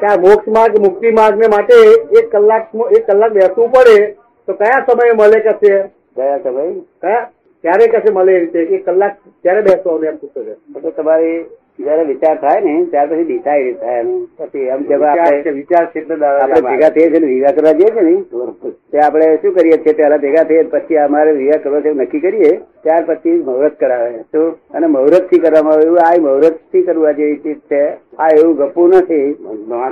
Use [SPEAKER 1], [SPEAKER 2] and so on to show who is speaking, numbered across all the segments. [SPEAKER 1] કે આ મોક્ષ માર્ગ મુક્તિ માર્ગ ને માટે એક કલાક એક કલાક બેસવું પડે તો કયા સમયે મળે કશે
[SPEAKER 2] ગયા છે ભાઈ
[SPEAKER 1] કયા ક્યારે કશે મળે એ રીતે એક કલાક ક્યારે બેસવાનું એમ પૂછો છે
[SPEAKER 2] તો તમારી જયારે વિચાર થાય ને ત્યાર પછી ડિસાઈડ થાય એનું. પછી એમ જેમ
[SPEAKER 1] વિચાર છે,
[SPEAKER 2] આપણે
[SPEAKER 1] વિચાર છે એટલે દાદા
[SPEAKER 2] આપણે
[SPEAKER 1] જવાબ.
[SPEAKER 2] ભેગા થઈએ છીએ ને વિવાહ કરવા જઈએ છીએ ને તે આપણે શું કરીએ છીએ પહેલા ભેગા થઈએ પછી અમારે વિવાહ કરવો છે એવું નક્કી કરીએ ત્યાર પછી મુહૂર્ત કરાવે તો અને મુહૂર્ત થી કરવામાં આવે એવું આ મુહૂર્ત થી કરવા જેવી ચીજ છે આ એવું ગપું નથી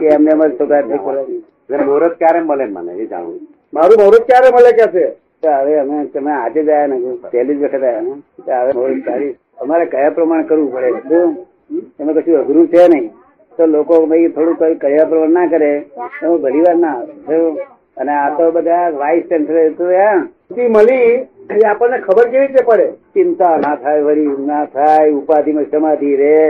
[SPEAKER 2] કે એમને એમ જ પગાર થી કરવાની.
[SPEAKER 3] એટલે મુહૂર્ત ક્યારે મળે મને એ જાણવું
[SPEAKER 1] મારું મુહૂર્ત ક્યારે મળે કશે
[SPEAKER 2] તો હવે અમે તમે આજે જ આવ્યા ને પહેલી જ વખત આવ્યા ને તો હવે બહુ સારી અમારે કયા પ્રમાણે કરવું પડે જો એમાં કશું અઘરું છે નહીં તો લોકો ભાઈ થોડું કઈ કયા પ્રમાણે ના કરે એવું ઘણી વાર ના આવે. જો, અને આ તો બધા વાઇસ ચાન્સલર તો આ
[SPEAKER 1] મુક્તિ મળી એ આપણને ખબર કેવી રીતે પડે
[SPEAKER 2] ચિંતા ના થાય વરી ના થાય ઉપાધિમાં સમાધિ રે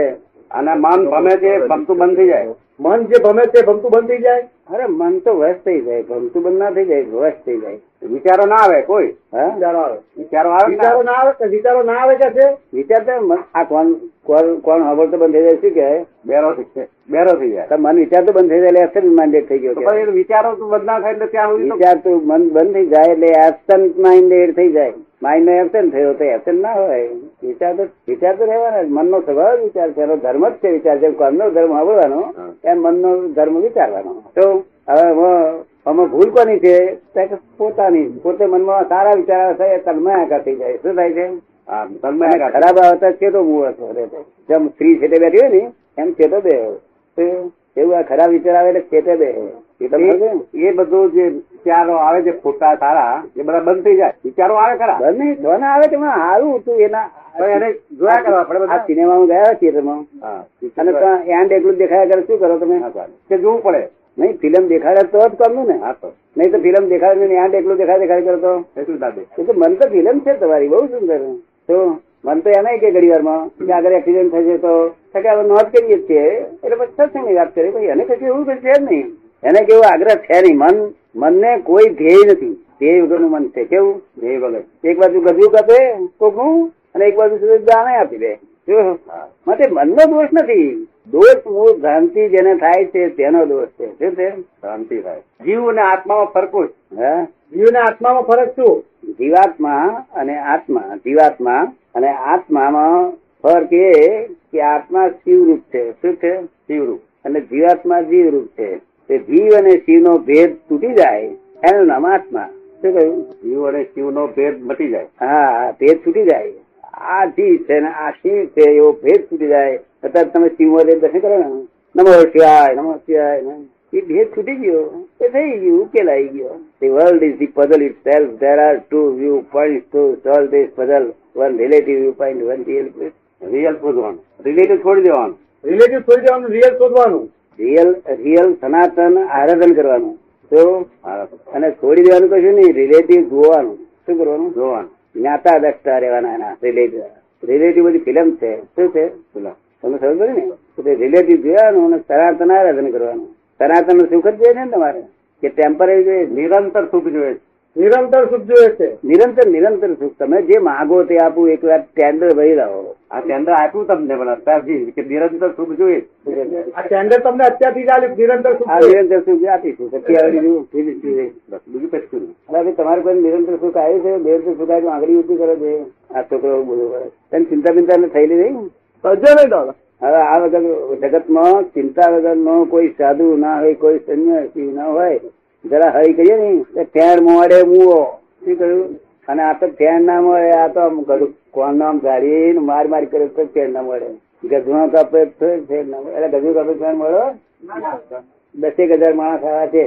[SPEAKER 3] અને મન ભમે છે ભમતું બંધ થઈ જાય
[SPEAKER 1] મન જે ભમે તે ભમતું બંધ થઈ જાય
[SPEAKER 2] અરે મન તો વશ થઈ જાય ભમતું બંધ ના થઈ જાય વશ થઈ જાય
[SPEAKER 3] વિચારો ના આવે કોઈ
[SPEAKER 2] હા
[SPEAKER 1] વિચારો આવે
[SPEAKER 3] વિચારો આવે કે ના
[SPEAKER 1] વિચારો
[SPEAKER 3] આવે?
[SPEAKER 1] ના આવે કે વિચારો ના આવે કશે
[SPEAKER 2] વિચાર તો મન- આ કોણ કોણ કોણ સાંભળતો બંધ થઈ જાય શું કહેવાય
[SPEAKER 3] બેરો થઈ જાય બેરો થઈ જાય
[SPEAKER 2] તો મન વિચાર તો બંધ થઈ જાય એટલે absent minded થઈ ગયો
[SPEAKER 3] તો
[SPEAKER 2] કહેવાય.
[SPEAKER 3] પછી એ વિચારો તો બંધ ના થાય એટલે ત્યાં સુધી તો
[SPEAKER 2] વિચાર તો મન બંધ થઈ જાય એટલે absent minded થઈ જાય માઇન્ડ absent થયો તો absent ના હોય વિચાર તો વિચાર તો રહેવાના જ. મનનો સ્વભાવ જ વિચાર છે એનો ધર્મ જ છે વિચાર જેમ કર્મનો ધર્મ આવડવાનો
[SPEAKER 3] હા.
[SPEAKER 2] એમ મનનો ધર્મ વિચારવાનો તો હવે આમાં- આમાં ભૂલ કોની છે તો કે પોતાની પોતે મનમાં સારા વિચાર આવે છે, એ તન્મય આકાર થઈ જાય શું થાય છે
[SPEAKER 3] હા, તન્મય
[SPEAKER 2] અને
[SPEAKER 3] રાખે.
[SPEAKER 2] ખરાબ આવતા ચેતો મુહૂર્ત વરે છે. જેમ સ્ત્રી છેટે બેઠી હોય ને એમ ચેતો બે તો એવું આ ખરાબ વિચાર આવે એટલે ચેતે બે એ તમને સમજે ને?
[SPEAKER 3] એ- એ બધું જે વિચારો આવે છે ખોટા સારા એ બધા બંધ થઈ જાય વિચારો આવે ખરા
[SPEAKER 2] બંને જોને આવે તો મને હારું હતું એના
[SPEAKER 3] પણ એને જોયા કરવા આપણે બધા.
[SPEAKER 2] આ સિનેમામાં ગયા થિયેટરમાં
[SPEAKER 3] હા,
[SPEAKER 2] અને
[SPEAKER 3] વિચારો
[SPEAKER 2] ત્યાં એન્ડ એકલું દેખાયા કરે શું કરો તમે
[SPEAKER 3] ના ચાલે. તે જોવું પડે
[SPEAKER 2] નહીં ફિલ્મ દેખાડે તો જ કામનું ને
[SPEAKER 3] હા તો
[SPEAKER 2] નહીં તો ફિલ્મ દેખાડે નહીં એન્ડ એકલું દેખાય દેખાય કરો તો
[SPEAKER 3] એ શું દાદે
[SPEAKER 2] એ તો મન તો ફિલ્મ છે તમારી બહુ સુંદર તો મન તો એના કે ઘડી વારમાં કે આગળ એક્સિડન્ટ થશે તો તો કે હવે નોંધ કરીએ જ છીએ એટલે પછી સત્સંગની વાત કરી ભાઈ એને કશું એવું કશું છે જ નહીં એને કેવું આગ્રહ છે નહીં મન મનને કોઈ ધ્યેય નથી ધ્યેય વગરનું મન છે કેવું
[SPEAKER 3] એ વગર
[SPEAKER 2] એક બાજુ ગજું કાપે કોકનું અને એક બાજુ સુધી દાણે આપી દે જો
[SPEAKER 3] હા.
[SPEAKER 2] માટે મનનો દોષ નથી દોષ મૂળ ભ્રાંતિ જેને થાય છે તેનો દોષ છે શું છે
[SPEAKER 3] શાંતિ થાય જીવ અને આત્મામાં ફરકો જ.
[SPEAKER 2] હા
[SPEAKER 1] જીવના આત્મામાં ફરક શું
[SPEAKER 2] જીવાત્મા અને આત્મા જીવાત્મા અને આત્મામાં ફરક એ કે આત્મા શિવરૂપ છે શું છે
[SPEAKER 3] શિવરૂપ
[SPEAKER 2] અને જીવાત્મા જીવરૂપ છે તે જીવ અને શિવનો ભેદ તૂટી જાય એનું નામ આત્મા શું કહ્યું
[SPEAKER 3] જીવ અને શિવનો ભેદ મટી જાય
[SPEAKER 2] હા ભેદ તૂટી જાય આ જીવ છે ને આ શિવ છે એવો ભેદ તૂટી જાય અત્યારે તમે શિવ દર્શન કરો ને નમો શિવાય નમો શિવાય ને એ ભેદ તૂટી ગયો એ થઈ ગયું ઉકેલાઈ ગયો the world is the puzzle itself there are two view point to solve this puzzle one relative view point one real
[SPEAKER 3] real શોધવાનું રિલેટિવ છોડી દેવાનું
[SPEAKER 1] રિલેટિવ છોડી દેવાનું રિયલ શોધવાનું
[SPEAKER 2] રિયલ રિયલ સનાતન આરાધન કરવાનું તો
[SPEAKER 3] હા, તો
[SPEAKER 2] અને છોડી દેવાનું કશું નહીં રિલેટિવ જોવાનું શું કરવાનું
[SPEAKER 3] જોવાનું
[SPEAKER 2] જ્ઞાતા દ્રષ્ટા રહેવાના એના રિલેટિવ રિલેટિવ બધી ફિલ્મ છે શું છે
[SPEAKER 3] પેલા
[SPEAKER 2] તમને સમજ પડી ને એટલે રિલેટિવ જોવાનું અને સનાતન આરાધન કરવાનું સનાતન નું સુખ જ જોઈએ છે ને તમારે કે ટેમ્પરરી જોઈએ છે?
[SPEAKER 3] નિરંતર સુખ જોઈએ છે.
[SPEAKER 1] નિરંતર સુખ જોઈએ છે
[SPEAKER 2] નિરંતર નિરંતર સુખ તમે જે માગો તે આપવું એક વાર ટેન્ડર ભરી લાવો
[SPEAKER 3] આ ટેન્ડર આપ્યું તમને પણ અત્યારથી કે નિરંતર સુખ જોઈએ જ.
[SPEAKER 1] આ ટેન્ડર તમને અત્યારથી જ આલ્યું નિરંતર સુખ
[SPEAKER 2] આ
[SPEAKER 1] જોઈએ.
[SPEAKER 2] નિરંતર સુખ આપીશું પછી આવે બીજું ફિનિશ થઈ જાય.
[SPEAKER 3] બસ બીજું કશું નહીં
[SPEAKER 2] અરે ભાઈ તમારે કોઈ નિરંતર સુખ આવ્યું છે નિરંતર સુખ આવ્યું આંગળી ઊંચી કરે છે આ છોકરો એવું બધું કરે તને ચિંતા બિંતા નથી થયેલી નહીં હવે આ વગર જગતમાં ચિંતા વગરનો કોઈ સાધુ ના હોય કોઈ સંન્યાસી ના હોય જરા હરી કરીએ ને તો ફેણ મોડે મૂવો શું કહ્યું અને આ તો ફેણ ના મળે આ તો આમ ગધું કોણ નામ ધારીને માર માર કરે તો ફેણ ના મળે ગધુનો કાપે તો ફેણ ના મળે એટલે ગધું કાપે ફેણ મળો દસેક હજાર માણસ આવ્યા છે